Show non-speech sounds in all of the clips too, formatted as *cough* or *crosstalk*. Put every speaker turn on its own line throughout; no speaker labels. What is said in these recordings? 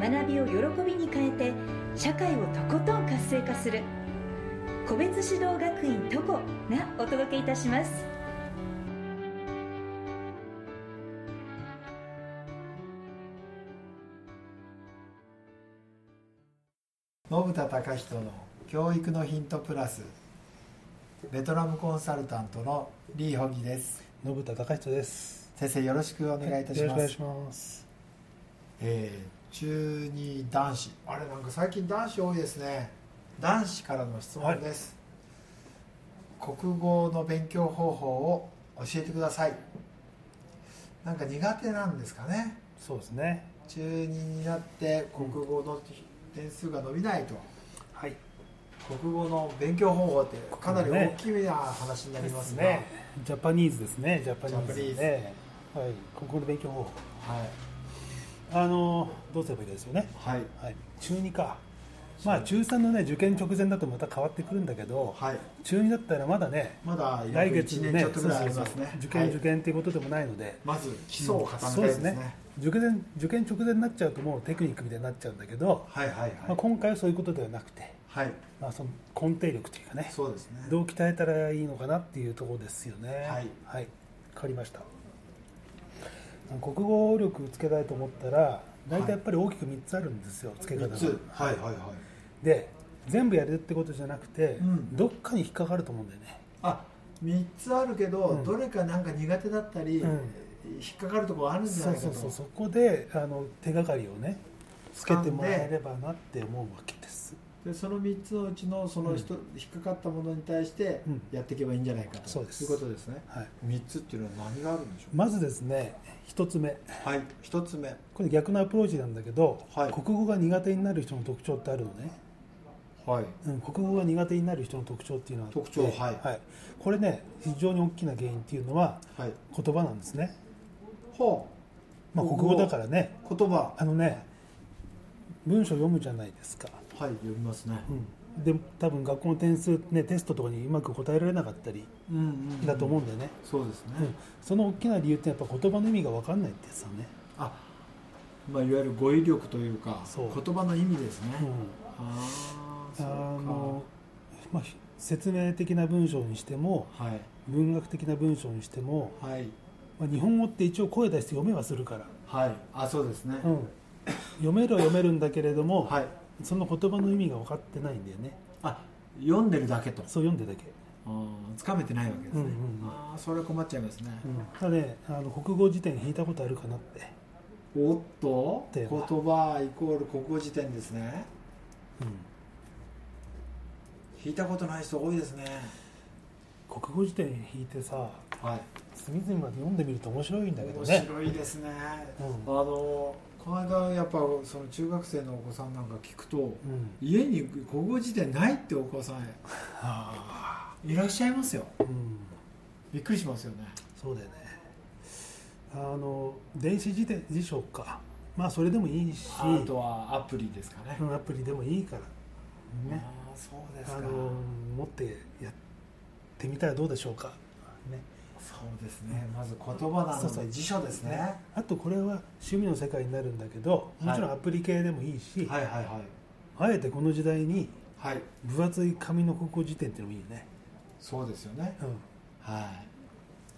学びを喜びに変えて社会をとことん活性化する個別指導学院トコがお届けいたします
信田隆人の教育のヒントプラスベトナムコンサルタントのリー・ホギです
信田隆人です
先生よろしくお願いいたし
よろ
ま
く
す、
お願いします
えー中二男子あれなんか最近男子多いですね男子からの質問です、国語の勉強方法を教えてくださいなんか苦手なんですかね
そうですね
中2になって国語の点数が伸びないと、
はい
国語の勉強方法ってかなり大きな話にな
あ
りますね
ジャパニーズですねジャパニ
ジャパニー
ー
ズ
ズねはい国語の勉強方法
はい
あのどうすればいいですよね
はい
はい中二かまあ中3のね受験直前だとまた変わってくるんだけど、
はい
中二だったらまだね
まだ約
来月
1年
にね
ちょっとぐらいあり
そう
ま
そう
す
そう
ね
受験
はい
受験っていうことでもないので、
まず基礎を固め
そ
たい
うで
ですすね,、
ね受験受験直前になっちゃうともうテクニックみたいになっちゃうんだけど、
はいはいはい、
まあ、今回はそういうことではなくて、
はい
まあ、その根底力というかね
そうですね
どう鍛えたらいいのかなっていうところですよね
はい
はい、わかりました国語力つけたいと思ったら大体やっぱり大きく3つあるんですよ、つけ方
3
が
つはいはいはい
で全部やるってことじゃなくて、
うん
どっかに引っかかると思うんだよね
あ三3つあるけど、
うん
どれかなんか苦手だったり、
うん
引っかかるところあるんじゃ
そ
ないうか
そ
と
うそうそこであの手がかりをねつけてもらえ
掴んで
ればなって思うわけです
でその3つのうちのその人、引っかかったものに対して
うん
やっていけばいいんじゃないかと、
そうです
いうことですね
はい、
3つっていうのは何があるんでしょう
まずですね1つ目
はい1つ目
これ逆のアプローチなんだけど、
はい
国語が苦手になる人の特徴ってあるのね
はい
うん、国語が苦手になる人の特徴っていうのはあって
特徴はい
これね非常に大きな原因っていうのは
はい
言葉なんですね、
ほ
まあ、
国
国
語
語だからね
う言葉
あのね文章読むじゃないですか、
はい読みますね
うん、で多分学校の点数、ね、テストとかにうまく答えられなかったり
うんうん
だと思うん
だ
だよね、
そうですね、
うんその大きな理由ってやっぱ言葉の意味が分かんないってやつだね、
あまあいわゆる語彙力というか
そう
言葉の意味ですね、
うん
ああ
あ
そうか
のまあ、ひ説明的な文章にしても
はい
文学的な文章にしても、
はい
まあ、日本語って一応声出して読めはするから
はいあそうですね、
うん、読めるは読めるんだけれども、
はい
その言葉の意味が分かってないんだよね
あ読んでるだけと
そう読んでるだけ、
つかめてないわけですね、
うんうんうん
ああそれは困っちゃいますね、
うん、ただねあの国語辞典引いたことあるかなって、
おっと
で
言
は
葉イコール国語辞典ですね
うん、
引いたことない人多いですね
国語辞典引いてさ
はい
隅々まで読んでみると面白いんだけど
面
ね
白いですね、
う
あのこの間やっぱその中学生のお子さんなんか聞くと、
うん
家に国語辞典ないってお子さん
あ
いらっしゃいますよ
ーうん
びっくりしますよね
そうだよねあの電子辞典辞書かまあそれでもいいし
あとはアプリですかね、
うんアプリでもいいからね
ああそうですか
あの持ってやってみたらどうでしょうかね
そうですねまず言葉な
そう
の
そう
で辞書ですね
あとこれは趣味の世界になるんだけどもちろんアプリ系でもいいし、
はいはいはい
あえてこの時代に
はい
分厚い紙の国語辞典っていうのもいいよね、
そうですよね
うん
はい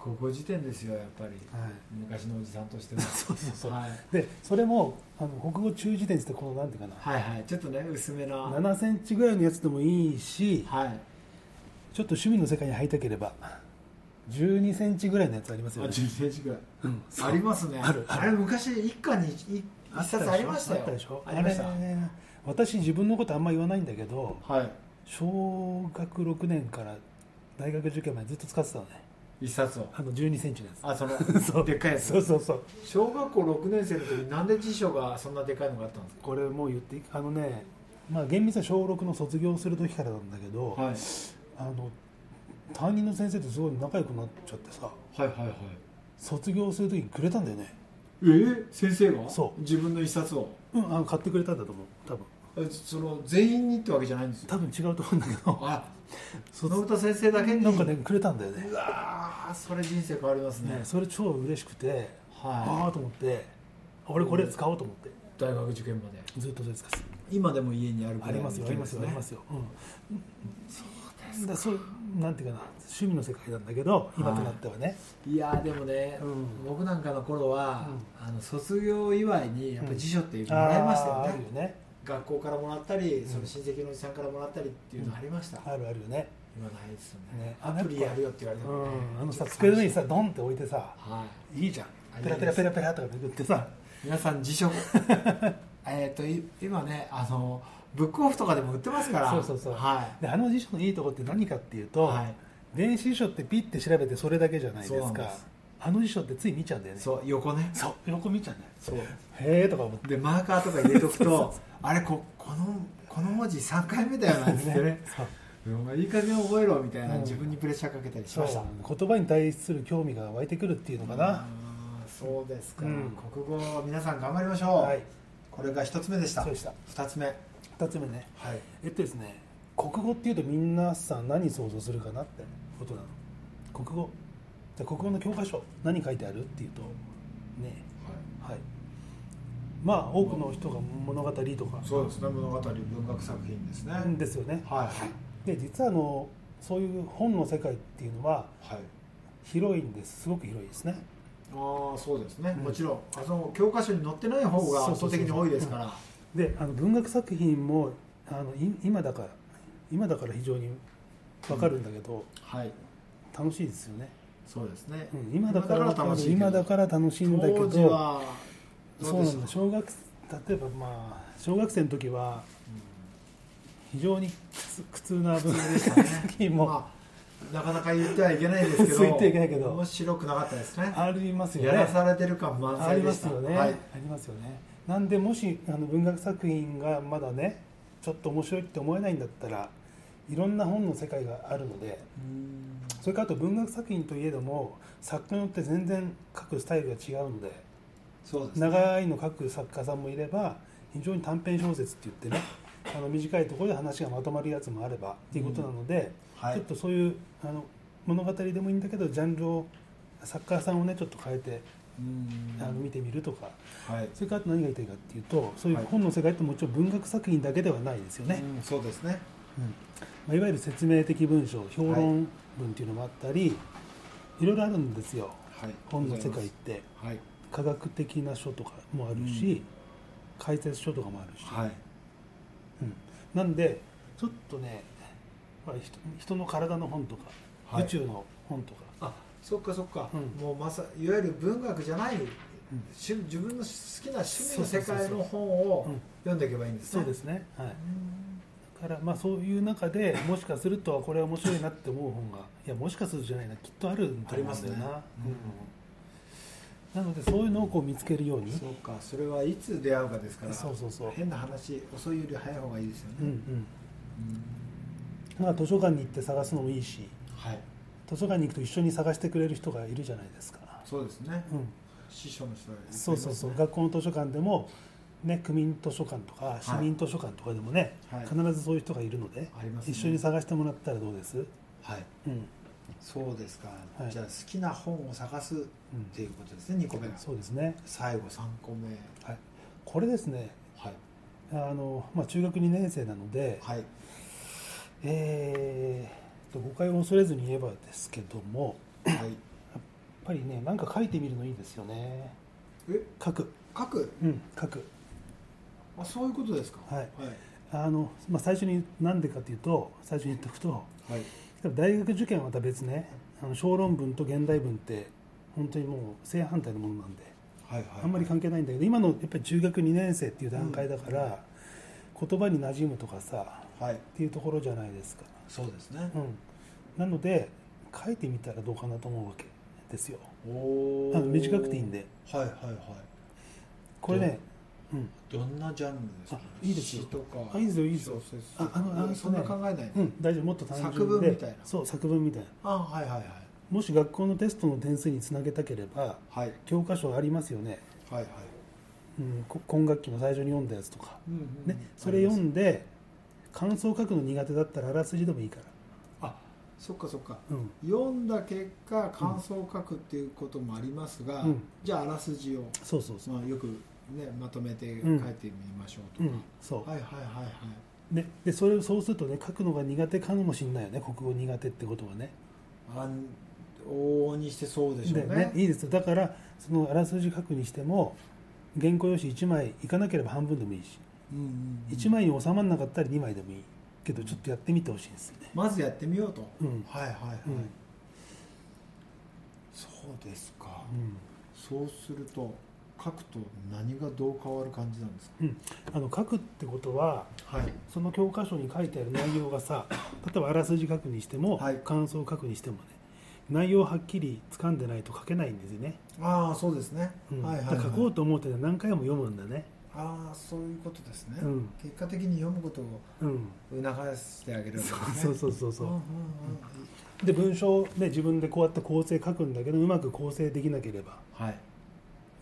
国語辞典ですよやっぱり
はい、
昔のおじさんとしては
*laughs* そうそうそう
はい、
でそれもあの国語中辞典っつってこのなんていうかな、
はいはいちょっとね薄めなは
7センチぐらいのやつでもいいし
い
ちょっと趣味の世界に入りたければ12センチぐらいのやつありますよ
あ
ね
10ページぐらい
うん
ありますね
あるある
れ昔一家に一一一冊ありましたよ
あったでしょ
ありました
あれね私自分のことあんま言わないんだけど
はい
小学6年から大学受験までずっと使ってたのね
一冊を
あの1 2センチのやつ
あその
*laughs* そう
でっかいや
そう
つ
そうそう
小学校6年生の時なんで辞書がそんなでかいのがあったんです
これもう言っていいあのねまあ厳密には小6の卒業する時からなんだけど、
か、はい、
あの担任の先生とすごい仲良くなっちゃってさ
はいはいはい
卒業する時にくれたんだよね
えー、先生が
そう
自分の一冊を
うんあの買ってくれたんだと思う多分
えその全員にってわけじゃないんですよ
多分違うと思うんだけど
あその
卒
歌先生だけに
なんかねくれたんだよね
うわーそれ人生変わりますね
ねそれ超嬉しくてあ
は
あと思って俺これ使おうと思って
い大学受験まで
ずっとそれ使って
今でも家にある
ありますよありますよあります
よ
よ、うん、そうそうなんていうかな趣味の世界なんだけど今となってはね、
いやーでもね、
うん
僕なんかの頃は、あの卒業祝いにやっぱり辞書ってもらいましたよ
あー
ね
あ、るよね
学校からもらったり、その親戚のおじさんからもらったりっていうのありました、
あるあるよね、
今ないですよね
ね
アプリやるよって言われ
う
たもね
ん、あのさ机の上にさドンって置いてさ
はい
いいじゃん
あいい
ペラペラペラペラとかめくってさ
皆さん辞
*laughs*
書えっとい今ねあのブックオフとかでも売ってますから
そうそうそう
は
であの辞書のいいとこって何かっていう
い、
と、
はい、
電子辞書ってピッて調べてそれだけじゃないで
そ
す
うなん
か
です
あの辞書ってつい見ちゃうんだよね
そう横ね
そう横見ちゃうんだよ
そう
へえとか思って
でマーカーとか入れとく
そうそう
とあれここのこの文字3回目だよなんつってね
そう
お前いい加減覚えろみたいな、
うん
自分にプレッシャーかけたりし
そう
ました
言葉に対する興味が湧いてくるっていうのかな、
あーそうですか、
うん
国語皆さん頑張りましょう、
はい
これが1つ目でした
そうでした
2つ目はい
2つ目ねえっとですね国語っていうとみんなさん何想像するかなってことなの国語じゃあ国語の教科書何書いてあるっていうとねはいまあ多くの人が物語とか
そうですね物語文学作品ですね、
うんですよね
はい
で実はあのそういう本の世界っていうのは
はい
広いんですすごく広いですね
ああそうですね、
うん
もちろんあその教科書に載ってない方が
そう
圧
そうそう
倒的に多いですから
であの文学作品もあのい今だから今だから非常に分かるんだけど、
はい
楽しいですよね、
そうですね、
うん、今だから
楽しいけど
今だから楽しいんだけ
当
ど
時は
そ
どで
うな
した
んだ小学例えばまあ小学生の時は非常に苦痛苦痛な文
で
学
したね
作品も
まあ、なかなか言ってはいけないですけど
言ってはいけないけど
面白くなかったですね
ありますよ
やら
ね
されてる感満
あ
載
り
で
ま
し
す
た
よね、
はい
ありますよねなんでもしあの文学作品がまだねちょっと面白いって思えないんだったらいろんな本の世界があるのでそれからあと文学作品といえども作家によって全然書くスタイルが違うので
そうですね
長いの書く作家さんもいれば非常に短編小説って言っ
*laughs*
てねあの短いところで話がまとまるやつもあればっていうことなので、
はい
ちょっとそういうあの物語でもいいんだけどジャンルを作家さんをねちょっと変えて
うん
あの見てみるとか
はい
それからあと何が言いたいかっていうとそういう
はい
本の世界ってもちろん文学作品だけではないですよね、
うんそうですね
うんまあ、いわゆる説明的文章評論文っていうのもあったり、い、ろいろあるんですよ
はい
本の世界って
はい
科学的な書とかもあるし、
うん
解説書とかもあるし、
はい
うん、なんでちょっとねほら人人の体の本とか、
はい
宇宙の本とか
あそっかそっか、
うん
もうまさいわゆる文学じゃない、し自分の好きな趣味の世界の本を
そうそうそうそううん
読んでいけばいいんです
そ
ね
うですすね、はい、だからまあそういう中でもしかするとこれは面白いなって思う本がいやもしかするとじゃないなきっとあるんだ
あ
ろ
り
うな
ますね
うんなのでそういうのをこう見つけるように
そうかそれはいつ出会うかですから
そうそうそう
変な話遅いより早い方がいいですよね、
うんうんまあ図書館に行って探すのもいいし
はい
図書館に行くと一緒に探してくれる人がいるじゃないですか、
そうですね、
うん、
師匠の人がいっぱいいます
そうそうそう、学校の図書館でも、ね、区民図書館とか市民図書館とかでもね、
はい
必ずそういう人がいるので、
ありますね
一緒に探してもらったらどうです、
はい
うん、
そうですか、
はい
じゃあ好きな本を探すっていうことですね、2個目が
そうですね、
最後3個目
はい、これですね
はい
あの、まあ、中学2年生なので、
はい
えーと誤解を恐れずに言えばですけども
はい
やっぱりねなんか書いてみるのいいですよね
え
書く
書く
うん書く
あそういうことですか
はい
はい
あの、まあ、最初になんでかというと最初に言っておくと
はい
大学受験はまた別ねあの小論文と現代文って本当にもう正反対のものなんで
はい
あんまり関係ないんだけど今のやっぱり中学2年生っていう段階だから、言葉に馴染むとかさ
はい
っていうところじゃないですか、
そうですね
うん、なので書いてみたらどうかなと思うわけですよ
おー
あの短くていいんで
はいはいはい
これね、うん、
どんなジャンルですか
あいいですよ
詩とか
あいいですよいいですよ
小説
ああのあの
そんな考えないの、
うん、大丈夫もっと単純で
作文みたいな
そう作文みたいな
あはいはいはい
もし学校のテストの点数につなげたければ
はい
教科書ありますよね、
はいはい
うん、こ今学期の最初に読んだやつとか、
うんうんうん
ね、それ読んで感想を書くの苦手だったらあらすじでもいいから、
あそっかそっか
うん、
読んだ結果感想を書くっていうこともありますが、
うん
じゃああらすじを、
そうそうそう、
まあ、よく、ね、まとめて書
うん
いてみましょう
う
と
ん、そう
か、はいはいはいはい
ね、でそれをそうするとね書くのが苦手かもしれないよね国語苦手ってことはね
あん往々にしてそうでしょうね
だよいいですよだからそのあらすじ書くにしても原稿用紙1枚いかなければ半分でもいいし
うんうんうん
1枚に収まらなかったら2枚でもいいけどちょっとやってみてほしいですよね、
まずやってみようと、
うん
はいはいはい、
うん
そうですか、
うん
そうすると書くと何がどう変わる感じなんです
うん、あの書くってことは
かはい
その教科書に書いてある内容が
*coughs*
さ例えばあらすじ書くにしても、
はい
感想を書くにしてもね内容をはっきり掴んでないと書けないんですよね、
ああそうですね、
うん
はいはい、
だ
はい、
から書こうと思ってね何回も読むんだね
ああそういうことですね、
うん
結果的に読むことを
うん
促してあげるわけですね
*laughs* そうそうそうそう
うんうん
で文章を、ね、自分でこうやって構成書くんだけどうまく構成できなければ
うんはい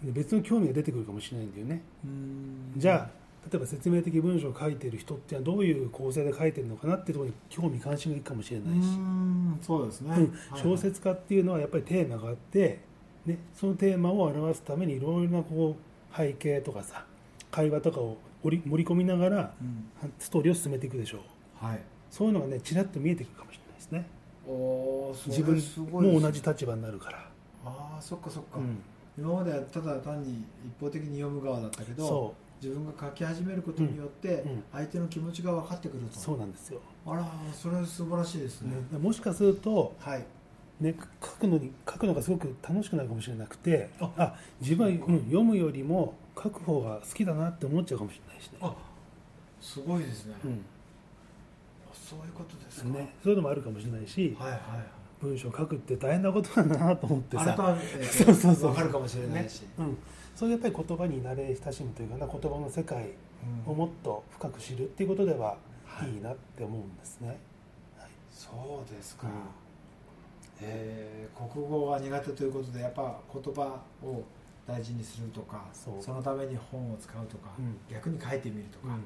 で別の興味が出てくるかもしれないんだよね
うん
じゃあ例えば説明的文章を書いてる人ってのはどういう構成で書いてるのかなっていうところに興味関心がいくかもしれ
う
ないし、
んそうですね、
うん
はい
小説家っていうのはやっぱりテーマがあって、ね、そのテーマを表すためにいろいろなこう背景とかさ会話とかを織り盛り込みながら
うん
ストーリーを進めていくでしょう
はい
そういうのがねちらっと見えてくるかもしれないですね
おーそれ
自分
すごいです
も同じ立場になるから、
ああそっかそっか、
うん
今まではただ単に一方的に読む側だったけど
そ
自分が書き始めることによって
うんうん
相手の気持ちが分かってくる
う
と、
そうなんですよ、
あらそれは素晴らしいですね、
ねもしかすると、
はい
ね、書くのに書くのがすごく楽しくなるかもしれなくて
あ
あ自分は、う
そうか
ん、読むよりも書く方が好きだなって思っちゃうかもしれないしね、
あすごいですね、
うん
あそういうことですか
ね、そういうのもあるかもしれないし、
はいはいはい
文章書くって大変なことだなと思って
改
さ、
めて
*laughs* そうそうそう
分かるかもしれないし、
うん、そういうやっぱり言葉に慣れ親しむというかな言葉の世界
う
を
ん
もっと深く知るっていうことでは
はい
いいなって思うんですね、
そうですか、
うん
えー国語が苦手ということでやっぱ言葉を大事にするとかそ
そう
のために本を使うとか、
うん
逆に書いてみると
うん
か、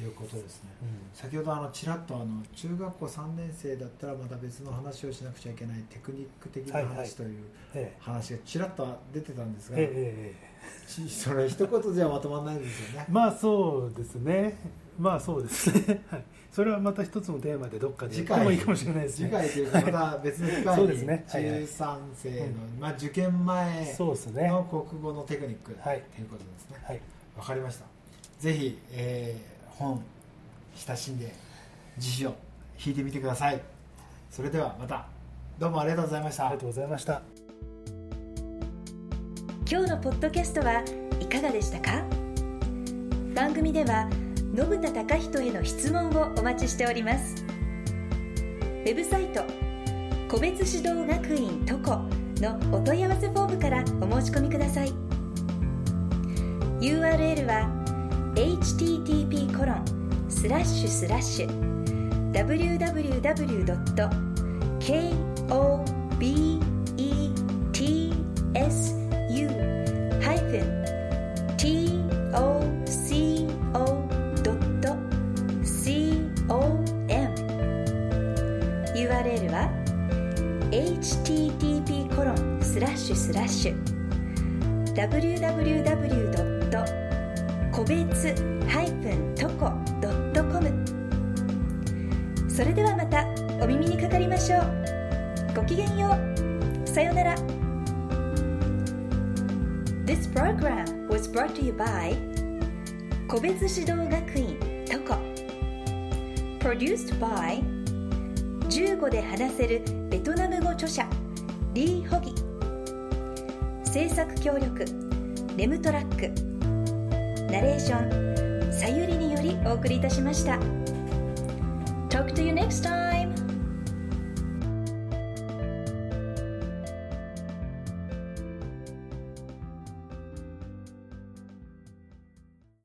いうことですね先ほどあのちらっとあの中学校3年生だったらまた別の話をしなくちゃいけないテクニック的な
はいはい
話という
ええ
話がちらっと出てたんです
え
が、
ええええ
ちそれ一言じゃまとまらないんですよね
えまあそうですねまあそうですね、 *laughs* はい、それはまた一つのテーマでどっかで
次
やって
回
もいいかもしれないですね
次回というかまた別の機会
そ
に
うですねはいはい
13世の、まあ、受験前
そうですねは
の国語のテクニックと
はい
いうことですね
い
わかりましたぜひ、えー本親しんで辞書を引いてみてくださいそれではまたどうもありがとうございまし
あ
た
りがとうございました
今日のポッドキャストはいかがでしたか番組では信田貴人への質問をお待ちしておりますウェブサイト個別指導学院トコのお問い合わせフォームからお申し込みください URL は http コロンスラッシュスラッシュ www. kobetsu-toco.jp ドット URL は http コロンスラッシュスラッシュ www. 個別 -toco.com それではまたお耳にかかりましょうごきげんようさようなら This program was brought to you by 個別指導学院 TOCO Produced by 15で話せるベトナム語著者リー・ホギ制作協力レムトラックナレーションさゆりによりお送りいたしました Talk to you next time!